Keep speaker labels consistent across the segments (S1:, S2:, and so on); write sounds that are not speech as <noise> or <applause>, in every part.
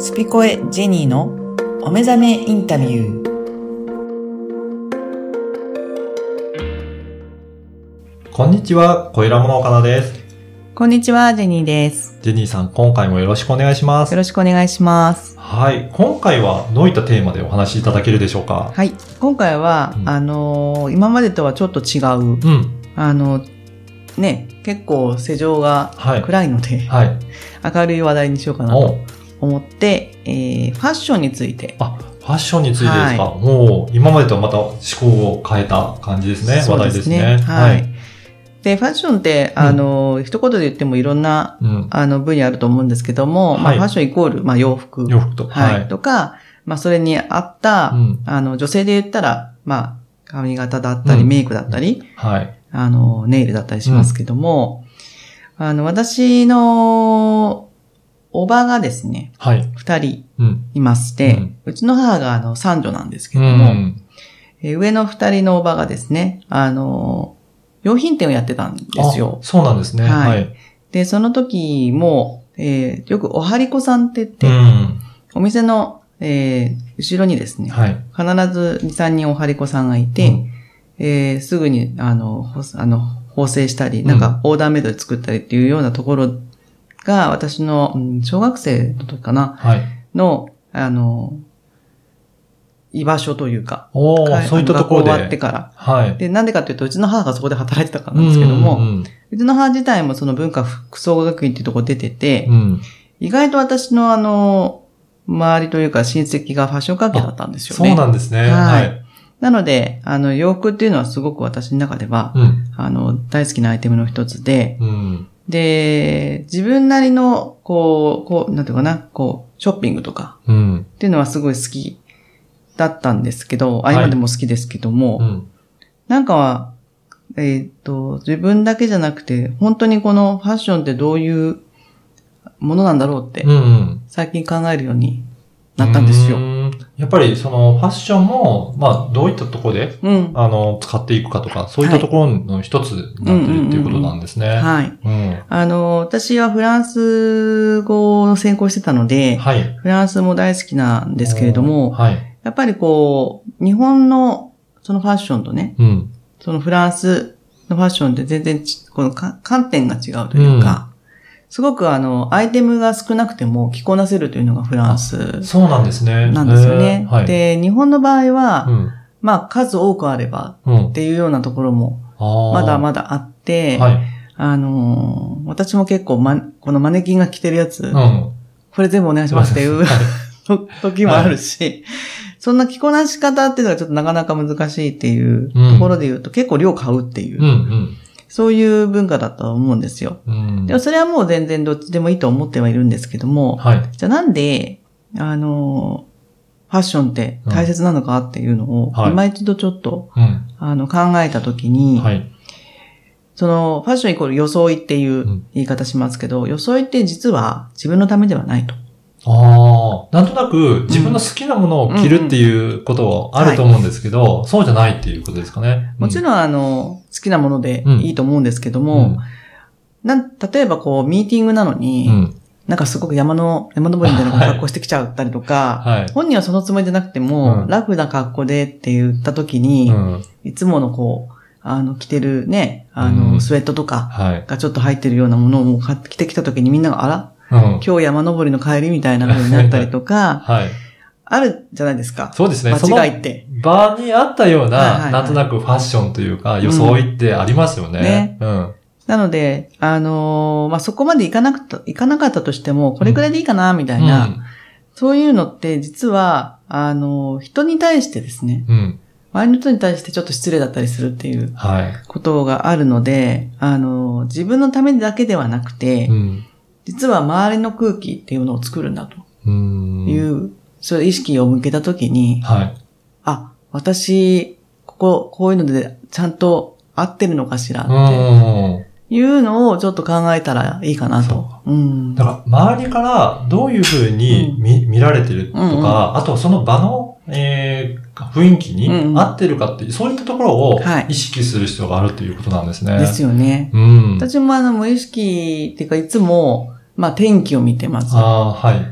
S1: スピコエジェニーのお目覚めインタビュー。
S2: こんにちは、小平物岡田です。
S1: こんにちは、ジェニーです。
S2: ジェニーさん、今回もよろしくお願いしま
S1: よ
S2: す。
S1: ろしくお願いします。
S2: はい、今回はどういったテーマでお話しいただけるでしょうか
S1: はい。今回は、
S2: うん
S1: あのー今までとはちょっと違う、
S2: うん、
S1: あの、ね、結構世情が
S2: はい。
S1: 暗いので、
S2: はい。
S1: 明るい話題にしようかなと
S2: お
S1: 思って、えーファッションについて。
S2: あ、ファッションについてですか、
S1: はい
S2: もう、今までとはまた思考を変えた感じですね、
S1: そう
S2: 話題ですね。
S1: はい。。で、ファッションって、
S2: うん
S1: あのー一言で言ってもいろんな
S2: うん、
S1: あの分野あると思うんですけども、まあ、
S2: はい
S1: ファッションイコール、まあ、洋服。
S2: 洋服と。
S1: はい、
S2: はい。
S1: とか、まあ、それに合った、
S2: うん、
S1: あの、女性で言ったら、まあ、髪型だったり、
S2: うん
S1: メイクだったり、
S2: はい。
S1: あの、ネイルだったりしますけども、あの、私の、おばがですね、
S2: はい。
S1: 二人
S2: うん。
S1: いまして、う
S2: うん
S1: ちの母が、あの、三女なんですけ
S2: う
S1: ども、
S2: ん。
S1: えー上の二人のおばがですね、あの、洋品店をやってたんですよ
S2: あ。そうなんですね。
S1: は
S2: はいい。
S1: で、その時も、えーよくおはりこさんって言って、
S2: うん。
S1: お店の、えー後ろにですね、
S2: はい。
S1: 必ず2、3人おはりこさんがいて、
S2: うん
S1: えーすぐに、あの、ほあの、縫製したり、
S2: ん
S1: なんかオーダーメイドで作ったりっていうようなところが、私の、うん小学生の時かな、
S2: はい。
S1: の、あの、居場所というか、
S2: おお、
S1: はい
S2: そういったところ
S1: あの学校終わって
S2: で。
S1: から。
S2: はい。
S1: で、なんでかというと、うちの母がそこで働いてたからなんですけども、う
S2: うん
S1: ちの母自体もその文化服装学院っていうところ出てて、
S2: うんうん。うん。
S1: 意外と私のあの、周りというか親戚がファッション関係だったんですよ
S2: そ
S1: ね。
S2: うなんですね。
S1: は
S2: はいい。
S1: なので、あの、洋服っていうのはすごく私の中では、
S2: うん。
S1: あの、大好きなアイテムの一つで、
S2: うん。
S1: で、自分なりの、こう、こう、なんていうかな、こう、ショッピングとか
S2: うん。
S1: っていうのはすごい好きだったんですけど、あ、
S2: い
S1: 今でも好きですけども、
S2: うん。
S1: なんかは、えーっと、自分だけじゃなくて、本当にこのファッションってどういうものなんだろうって
S2: う、ん。
S1: 最近考えるようになったんですよ
S2: う。ん。やっぱりそのファッションも、まあどういったところで、
S1: うん。
S2: あの、使っていくかとか、そういったところの一つになってるっていうことなんですね。
S1: はい。
S2: うん。
S1: あの、私はフランス語を専攻してたので、
S2: はい。
S1: フランスも大好きなんですけれども、
S2: はい。
S1: やっぱりこう、日本のそのファッションとね、
S2: うん。
S1: そのフランスのファッションって全然ちこのか観点が違うというか、すごくあの、アイテムが少なくても着こなせるというのがフランス
S2: そうなんですね。
S1: なんですよ
S2: へ
S1: ね
S2: ー。はい。
S1: で、日本の場合は、
S2: うん。
S1: まあ数多くあれば
S2: うん
S1: っ。ていうようなところも
S2: ああ。
S1: まだまだあって、
S2: はい。
S1: あのー私も結構、ま、このマネキンが着てるやつ、
S2: うん。
S1: これ全部お願いしますっていう <laughs> と時もあるし、そんな着こなし方っていうのがちょっとなかなか難しいっていう
S2: うん
S1: ところで言うと、結構量買うっていう、
S2: うん。
S1: そういう文化だと思うんですよ。
S2: うん。うん
S1: でも。それはもう全然どっちでもいいと思ってはいるんですけども、
S2: はい。
S1: じゃあなんで、あのーファッションって大切なのかっていうのを、
S2: うんはい
S1: 今一度ちょっと、
S2: うん。
S1: あの、考えたときに、
S2: はい。
S1: その、ファッションイコール装いっていう言い方しますけど、装いって実は自分のためではないと。
S2: ああ。なんとなく自分の好きなものを着るっていうことはあると思うんですけど、そうじゃないっていうことですかね。
S1: もち
S2: ん。
S1: ろん、あの、好きなものでいいと思うんですけども、
S2: うん
S1: なん例えばこう、ミーティングなのに、
S2: うん。
S1: なんかすごく山の、山登りみたいな格好してきちゃったりとか、
S2: はい。
S1: 本人はそのつもりじゃなくても、
S2: うん
S1: ラフな格好でって言った時に、
S2: うん。
S1: いつものこう、あの、着てるね、あの、
S2: うん
S1: スウェットとか
S2: はい。
S1: がちょっと入ってるようなものを買ってきてきた時にみんなが、あら
S2: うん。
S1: 今日山登りの帰りみたいな風になったりとか、
S2: はい。
S1: あるじゃないですか。
S2: そうですね。その
S1: 間違いって。
S2: 場にあったよ
S1: は
S2: う
S1: いはいはい
S2: な、なんとなくファッションというか、装いってありますよね。うん。
S1: なので、あのーまあ、そこまでいかなくた、いかなかったとしても、これくらいでいいかな、みたいな、そういうのって、実は、あのー人に対してですね、
S2: うん。うん。
S1: 周りの人に対してちょっと失礼だったりするっていう
S2: は
S1: ことがあるので、あのー自分のためだけではなくて、
S2: い。うん。
S1: 実は周りの空気っていうのを作るんだと
S2: うん。
S1: いう、そういう意識を向けたときに、
S2: はい。
S1: あ、私、ここ、こういうので、ちゃんと合ってるのかしらって
S2: うん。
S1: いうのをちょっと考えたらいいかなと。うん。
S2: だから、周りからどういうふうに
S1: うん
S2: 見見られてると
S1: うんうん
S2: か、あとはその場の、えー雰囲気
S1: うんうん
S2: に合ってるかっていう、そういったところを
S1: はい
S2: 意識する必要があるということなんですね。
S1: ですよね。
S2: うん。
S1: 私もあの、無意識っていうか、いつも、まあ、天気を見てます。
S2: ああー、はい。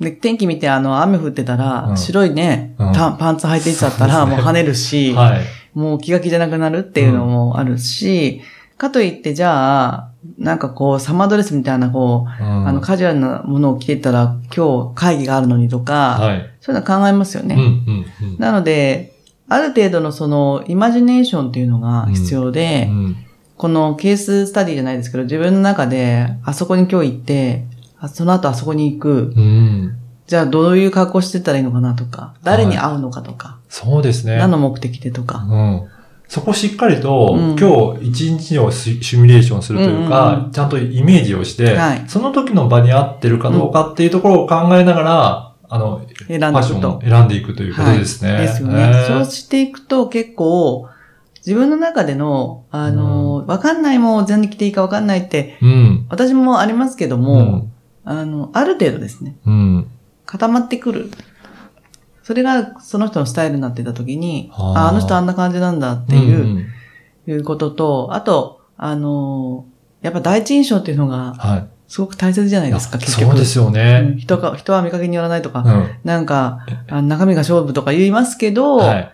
S1: で、天気見て、あの、雨降ってたら、
S2: うん
S1: 白いね、
S2: うん
S1: たパンツ履いていっちゃったら、
S2: そうで
S1: もう
S2: すね
S1: 跳ねるし、
S2: <laughs> はい。
S1: もう気が気じゃなくなるっていうのもあるし、かといって、じゃあ、なんかこう、サマードレスみたいな、こう、
S2: うん
S1: あの、カジュアルなものを着てたら、今日会議があるのにとか、
S2: はい。
S1: そういうのは考えますよ
S2: う
S1: ね。
S2: ん、うん、うん。
S1: なので、ある程度のその、イマジネーションっていうのが必要で、
S2: うん
S1: このケーススタディじゃないですけど、自分の中で、あそこに今日行って、あその後あそこに行く、
S2: うん。
S1: じゃあどういう格好してったらいいのかなとか、誰に会うのかとか、
S2: そうですね。
S1: 何の目的でとか。
S2: うん。そこしっかりと、
S1: うん
S2: 今日一日をシシミュレーションするというか、
S1: うんうんう
S2: ちゃんとイメージをして、
S1: はい
S2: その時の場に合ってるかどうかっていうところを考えながら、あの、
S1: 選ん
S2: ファ
S1: で
S2: ッ
S1: い
S2: ショ
S1: く
S2: ン
S1: と
S2: を。選んでいくということですね。
S1: ですよ
S2: え
S1: ね。
S2: ー
S1: そうしていくと結構、自分の中での、あの、わかんないもん、全然着ていいかわかんないって、
S2: うん。
S1: 私もありますけども、あの、ある程度ですね、
S2: うん。うん。
S1: 固まってくる。それがその人のスタイルになってた時に、
S2: あー
S1: ああの人あんな感じなんだっていう、
S2: んん
S1: いうことと、あと、あの、やっぱ第一印象っていうのが
S2: はい。
S1: すごく大切じゃないですか、結局。
S2: そうですよ
S1: う
S2: ね
S1: ん。人か、人は見かけによらないとか、
S2: うん。
S1: なんか、あ中身が勝負とか言いますけど、
S2: はい。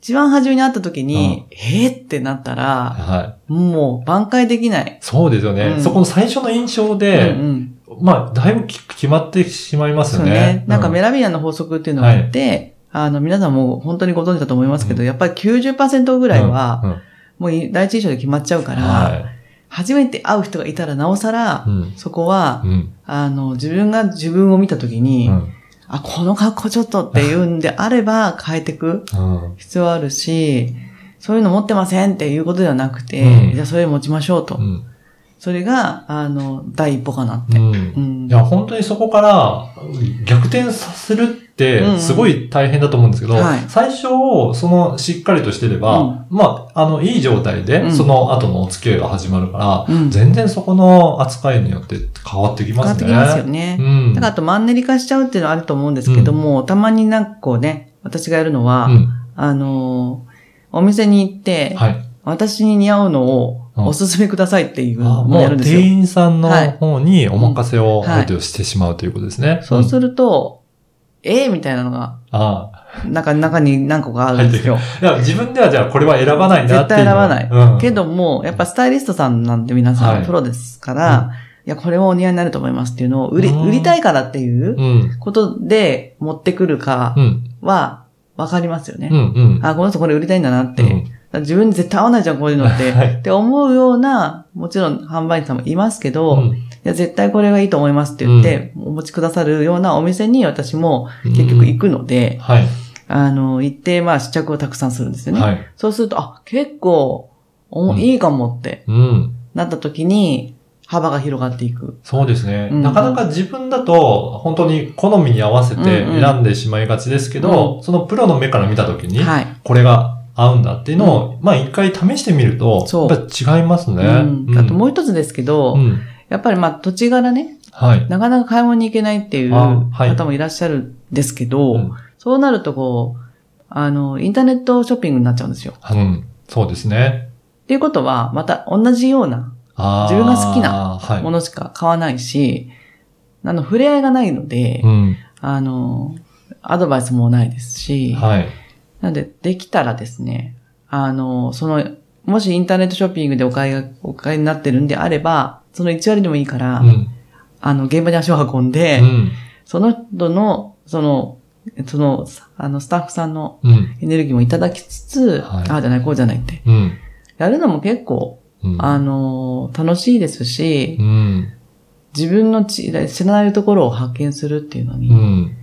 S1: 一番初めに会った時に、えーってなったら、
S2: はい。
S1: もう挽回できない。
S2: そうですよね。
S1: うん
S2: そこの最初の印象
S1: うん
S2: で、
S1: うん
S2: まあ、だいぶき決まってしまいます
S1: そ
S2: よ
S1: う
S2: ね。
S1: ね。なんか
S2: うん
S1: メラビアンの法則っていうのがあって、あの、皆さんも本当にご存知だと思いますけど、
S2: う
S1: やっぱり90%ぐらいは、
S2: うんうん
S1: もう第一印象で決まっちゃうから、
S2: は
S1: 初めて会う人がいたらなおさら
S2: い。う、ん。
S1: そこは、
S2: うん。
S1: あの、自分が自分を見た時に、
S2: うん
S1: あ、この格好ちょっとっていうんであれば変えてく
S2: うん。
S1: 必要あるし、そういうの持ってませんっていうことではなくて、
S2: うん
S1: じゃあそれ持ちましょうと。
S2: うん。
S1: それが、あの、第一歩かなって。
S2: う。
S1: うんん
S2: いや、本当にそこから逆転させるって、すごい大変だと思うんですけど、
S1: うんうんはい
S2: 最初、その、しっかりとしてれば、
S1: うん
S2: まあ、あの、いい状態
S1: う
S2: で、
S1: ん
S2: その後のお付き合いが始まるから、
S1: うん
S2: 全然そこの扱いによって変わってき
S1: 変
S2: ま
S1: わっ
S2: す
S1: て
S2: ね。
S1: きますよね。
S2: うん。
S1: だからあとマンネリ化しちゃうっていうのはあると思うんですけども、たまになんかこうね、私がやるのは、
S2: うん。
S1: あのーお店に行って、
S2: はい。
S1: 私に似合うのを
S2: うん
S1: おすすめくださいっていう
S2: あ
S1: のを
S2: も
S1: やる
S2: う、
S1: んですよ。
S2: 店員さんの
S1: はい
S2: 方にお任せ
S1: う
S2: を、
S1: んはい
S2: ある程度してしまうということですね。
S1: そうす
S2: る。
S1: ると、ええみたいなのが、
S2: あ
S1: なんか中に何個かあるんですよ。
S2: あ。いや、自分ではじゃあこれは選ばないなっていう
S1: 絶対
S2: の
S1: 選
S2: は。
S1: ばない
S2: うん。
S1: けども、やっぱスタイリストさんなんで皆さ
S2: は
S1: ん
S2: い
S1: プロですから、い、や、これはお似合いになると思いますっていうのを売り、
S2: うん
S1: 売りたいからっていう
S2: うん。
S1: ことで持ってくるか
S2: うん。
S1: はわかりますよね。
S2: うん。うん。
S1: あ、この人これ売りたいんだなって。
S2: う
S1: だ
S2: ん
S1: から自分に絶対合わないじゃん、こういうのって。
S2: <laughs> はい
S1: って思うような、もちろん販売員さんもいますけど、
S2: うん
S1: いや絶対これがいいと思いますって言って、お持ちくださるようなお店に私も結局行くので、
S2: はい。
S1: あの、行って、まあ試着をたくさんするんですよね。
S2: はい。
S1: そうすると、あ、結構、お
S2: うん
S1: いいかもって
S2: うん。
S1: なった時に、幅が広がっていく。
S2: そうですね。
S1: うん
S2: なかなか自分だと、本当に好みに合わせて
S1: うんうん
S2: 選んでしまいがちですけど、そのプロの目から見たときに、
S1: はい。
S2: これが合うんだっていうのを、まあ一回試してみると、
S1: そう
S2: やっぱ違いますね。
S1: うん、あとも
S2: う
S1: う一つですけど、
S2: ん、うん
S1: やっぱりまあ土地柄ね、
S2: はい。
S1: なかなか買い物に行けないっていう
S2: あはい
S1: 方もいらっしゃるんですけど、
S2: うん
S1: そうなるとこう、あの、インターネットショッピングになっちゃうんですよ。
S2: あうん。そうですね。
S1: っていうことは、また同じような
S2: あ
S1: 自
S2: ー
S1: 分が好きな
S2: はい
S1: も。のしか買わないし、あの、触れ合いがないので、
S2: うん。
S1: あの、アドバイスもないですし、
S2: はい。
S1: なので、できたらですね、あの、その、もしインターネットショッピングでお買いが、お買いになってるんであれば、その1割でもいいから、
S2: うん。
S1: あの、現場に足を運んで、
S2: うん。
S1: その人の、その、その、あの、スタッフさんの
S2: うん。
S1: エネルギーもいただきつつ、
S2: はい
S1: ああじゃない、こうじゃないって。
S2: うん。
S1: やるのも結構、
S2: うん。
S1: あのー楽しいですし、
S2: うん。
S1: 自分の知知らないところを発見するっていうの
S2: う
S1: に
S2: ん。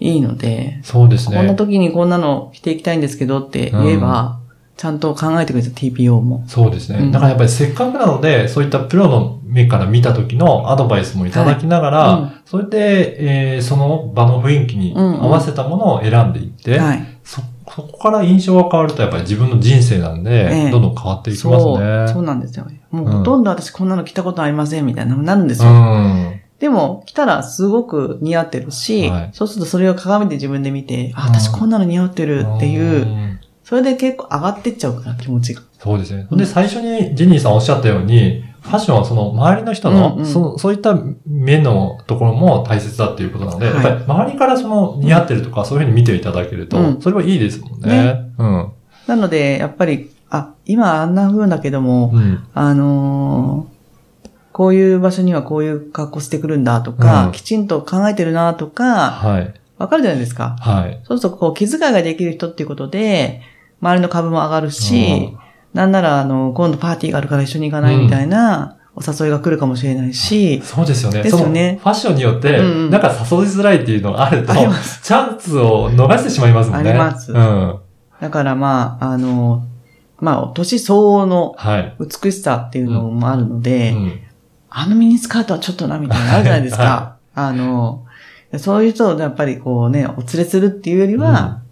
S1: いいので、
S2: そうです
S1: こんな
S2: ね。
S1: 時にこんなの着ていきたいんですけどって言えば、ちゃんと考えてくれた TPO も。
S2: そうですね。
S1: うん
S2: だからやっぱりせっかくなので、そういったプロの目から見た時のアドバイスもいただきながら、
S1: はいうん
S2: それで、えーその場の雰囲気に合わせたものを選んでいって、
S1: はい。
S2: そ、そこから印象が変わるとやっぱり自分の人生なんで、
S1: ええ
S2: どんどん変わっていきます
S1: そう、そう
S2: ね。
S1: なんですよね。もう
S2: うん
S1: ほとんど私こんなの着たことありませんみたいなのになるんです
S2: う
S1: よ。
S2: ん。
S1: でも、着たらすごく似合ってるし、
S2: はい
S1: そうするとそれを鏡で自分で見て、あ、
S2: うん
S1: 私こんなの似合ってるっていうう、
S2: ん
S1: それで結構上がってっちゃうから、気持ちが。
S2: そうですね。で、最初にジェニーさんおっしゃったように、ファァッションはその周りの人の、
S1: うんうん
S2: そそういった目のところも大切だっていうことなので、
S1: はい
S2: やっぱり周りからその似合ってるとか、そういうふうに見ていただけると、
S1: うん
S2: それはいいですもんね。
S1: ね
S2: うん。
S1: なので、やっぱり、あ、今あんな風だけども、
S2: うん。
S1: あのーこういう場所にはこういう格好してくるんだとか、
S2: うん
S1: きちんと考えてるなとか、
S2: はい。
S1: わかるじゃないですか。
S2: はい。
S1: そうすると、こう、気遣いができる人っていうことで、周りの株も上がるし、なんなら、あの、今度パーティーがあるから一緒に行かないみたいな、お誘いが来るかもしれないし、
S2: そうですよね。
S1: ですよね
S2: そのファッションによって、
S1: うんうん
S2: なんか誘いづらいっていうのがあると、
S1: あ
S2: チ
S1: りま
S2: ャンスを逃してしまいますもんね。
S1: あります
S2: うん。
S1: だからまあ、あの、まあ、年相応の
S2: はい。
S1: 美しさっていうのもあるの
S2: う
S1: で、
S2: ん。
S1: あのミニスカートはちょっとな、みたいなのあるじゃないです
S2: は
S1: か。あの、そういう人をやっぱりこうね、お連れするっていうよりは、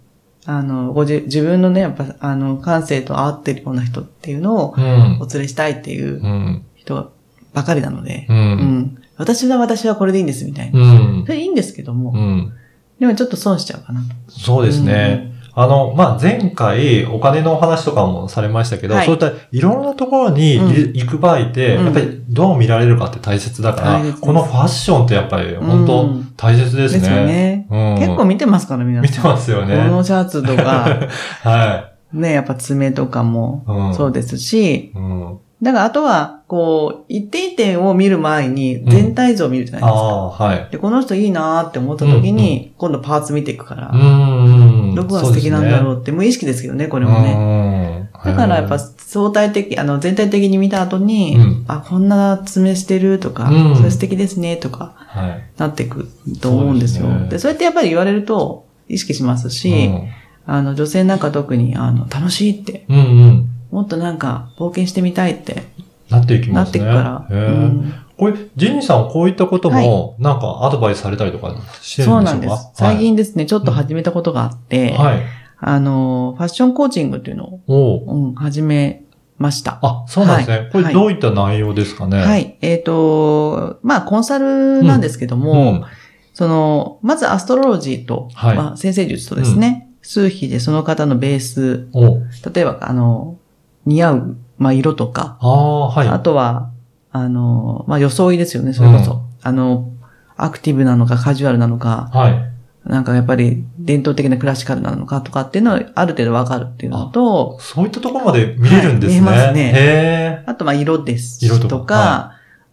S1: あの、ごじ自分のね、やっぱ、あの、感性と合ってるような人っていうのを
S2: うん
S1: お。連れしたいっていう
S2: うん。
S1: 人ばかりなので、
S2: う。
S1: うんん。私は私はこれでいいんです、みたいな。
S2: うん
S1: そ。れいいんですけども、
S2: うん。
S1: でもちょっと損しちゃうかなと。
S2: そうですね。あの、まあ、前回お金のお話とかもされましたけど、
S1: はい
S2: そういったいろんなところにい
S1: うん
S2: 行く場合って、
S1: うん
S2: やっぱりどう見られるかって大切だから、
S1: 大切です
S2: このファッションってやっぱり
S1: うん。
S2: 本当
S1: うん
S2: 大切です
S1: ですよ
S2: ね。
S1: ね。
S2: うん
S1: 結構見てますから、皆
S2: 見て
S1: さん。
S2: ますよ
S1: こ
S2: ね。
S1: のシャツと
S2: <laughs>
S1: か、
S2: は
S1: ね、やっぱ爪とかも
S2: い。うん、
S1: そうですし、
S2: うん。
S1: だから、あとは、こう、一点一点を見る前に、全体像を見るじゃないで
S2: あ
S1: すか。
S2: あ、はい。
S1: で、この人いいなーって思った時に、今度パーツ見ていくから、
S2: うん。
S1: どこが素敵なんだろ
S2: う
S1: うって、無意識ですけどね、こ
S2: こ
S1: れもね。
S2: ね。うん
S1: だから、やっぱ、相対的、あの、全体的に見た後に、
S2: うん
S1: あ、こんな爪してるとか、
S2: うん
S1: それ素敵ですね、とか、
S2: はい。
S1: なっていくと思うんですよ。
S2: そ
S1: で
S2: うですね
S1: それってやっぱり言われると、意識しますし、
S2: うん
S1: あの、女性なんか特に、あの、楽しいって、
S2: うんうん。
S1: もっとなんか、冒険してみたいって、
S2: なっていき
S1: な
S2: ま
S1: っ
S2: す
S1: てい
S2: ね。
S1: くから。
S2: へえ
S1: うん
S2: これ、ジニーさん、こういったことも、なんかアドバイスされたりとかしてる
S1: そうん
S2: でし
S1: な
S2: ょ
S1: ん
S2: うか
S1: です。最近ですね、ちょっと始めたことがあって、
S2: はい。はい
S1: あの、ファッションコーチングっていうのを、
S2: おう
S1: うん、始めました。
S2: あ、そうなんですね。
S1: はい
S2: これどういった内容ですかね。
S1: は。い。えっ、と、まあ、コンサルなんですけど
S2: う
S1: も、
S2: ん。
S1: その、まずアストロロジーと、
S2: はい
S1: まあ、先生術とですね、数比でその方のベース、
S2: おう
S1: 例えば、あの、似合う、まあ、色とか、
S2: ああ、はい。
S1: あとは、あの、まあ、装いですよね、それこそ。
S2: う
S1: あの、アクティブなのかカジュアルなのか、
S2: はい。
S1: なんかやっぱり伝統的なクラシカルなのかとかっていうのはある程度わかるっていうのと、
S2: そういったところまで見れるんですね。
S1: はい見えますね
S2: へえ。
S1: あとまあ色です
S2: 色と
S1: と
S2: か
S1: か、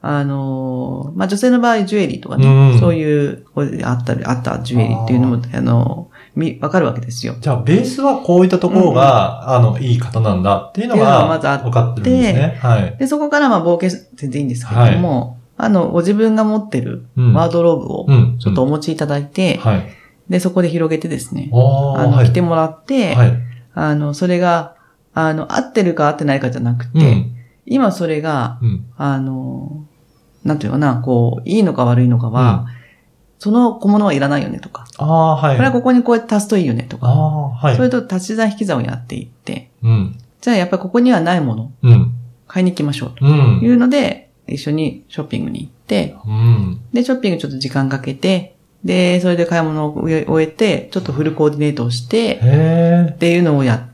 S2: は
S1: あのー、まあ女性の場合ジュエリーとかね、
S2: うん
S1: そういう、こうあったり、あったジュエリーっていうのも、あのー、み、わかるわけですよ。
S2: じゃあ、ベースはこういったところが、あの、いい方なんだっていうの
S1: っていうのが
S2: が、
S1: まずあって
S2: 分かってるんですね。はい。
S1: で、そこからまあ冒険全然いいんですけれども、あの、ご自分が持ってる
S2: うん
S1: ワードローブを
S2: うん。
S1: ちょっとお持ちいただいて、
S2: はい。
S1: で、そこで広げてですね、
S2: おー
S1: あの、
S2: はい。
S1: 着てもらって、
S2: はい。
S1: あの、それが、あの、合ってるか合ってないかじゃなくて、
S2: うん。
S1: 今それが、
S2: うん。
S1: あの、なんていうのかな、こう、いいのか悪いのかは、
S2: うん
S1: その小物はいらないよねとか、
S2: ああ、はい。
S1: これはここにこうやって足すといいよねと
S2: あ
S1: か、
S2: あ、はい
S1: そ。れと足し算引き算をやっていって、
S2: うん。
S1: じゃあやっぱりここにはないもの、
S2: うん。
S1: 買いに行きましょう
S2: う
S1: と
S2: ん。
S1: いうので、一緒にショッピングに行って、
S2: うん。
S1: で、ショッピングちょっと時間かけて、で、それで買い物を終えて、ちょっとフルコーディネートをして、
S2: へえ
S1: っ。ていうのをや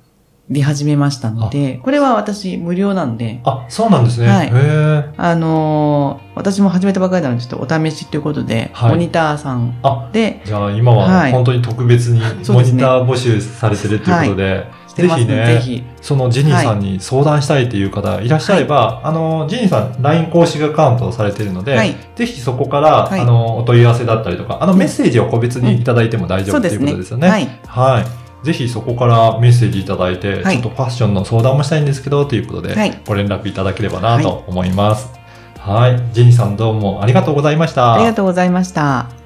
S1: り始めましたので、これは私無料なんで、
S2: あ、そうなんですね。
S1: はい
S2: へえ。
S1: あのー私も始めたばかりなので、ちょっとお試しということで、
S2: はい
S1: モニターさん
S2: あ、
S1: で
S2: じゃあ今
S1: は
S2: はい本当に特別に
S1: そう
S2: モ
S1: です
S2: ニ
S1: ね
S2: ター募集されてるということで、
S1: してますので、
S2: ぜ
S1: ぜ
S2: ひね、
S1: ひ。
S2: そのジニーさんに相談したいという方いらっしゃれば、あの、ジニーさん LINE 公式アカウントをされているので、
S1: はい。
S2: ぜひそこから、
S1: はい
S2: あの、お問い合わせだったりとか、あのメッセージを個別にいただいても大丈
S1: そう
S2: 夫と
S1: です
S2: いうこ
S1: ね。
S2: とですよね。
S1: はい。
S2: はい。ぜひそこからメッセージいただいて、
S1: はい
S2: ちょっとファッションの相談もしたいんですけど、ということで、
S1: はい
S2: ご連絡いただければなと思います。はい。ジニーさんどうもありがとうございました。
S1: ありがとうございました。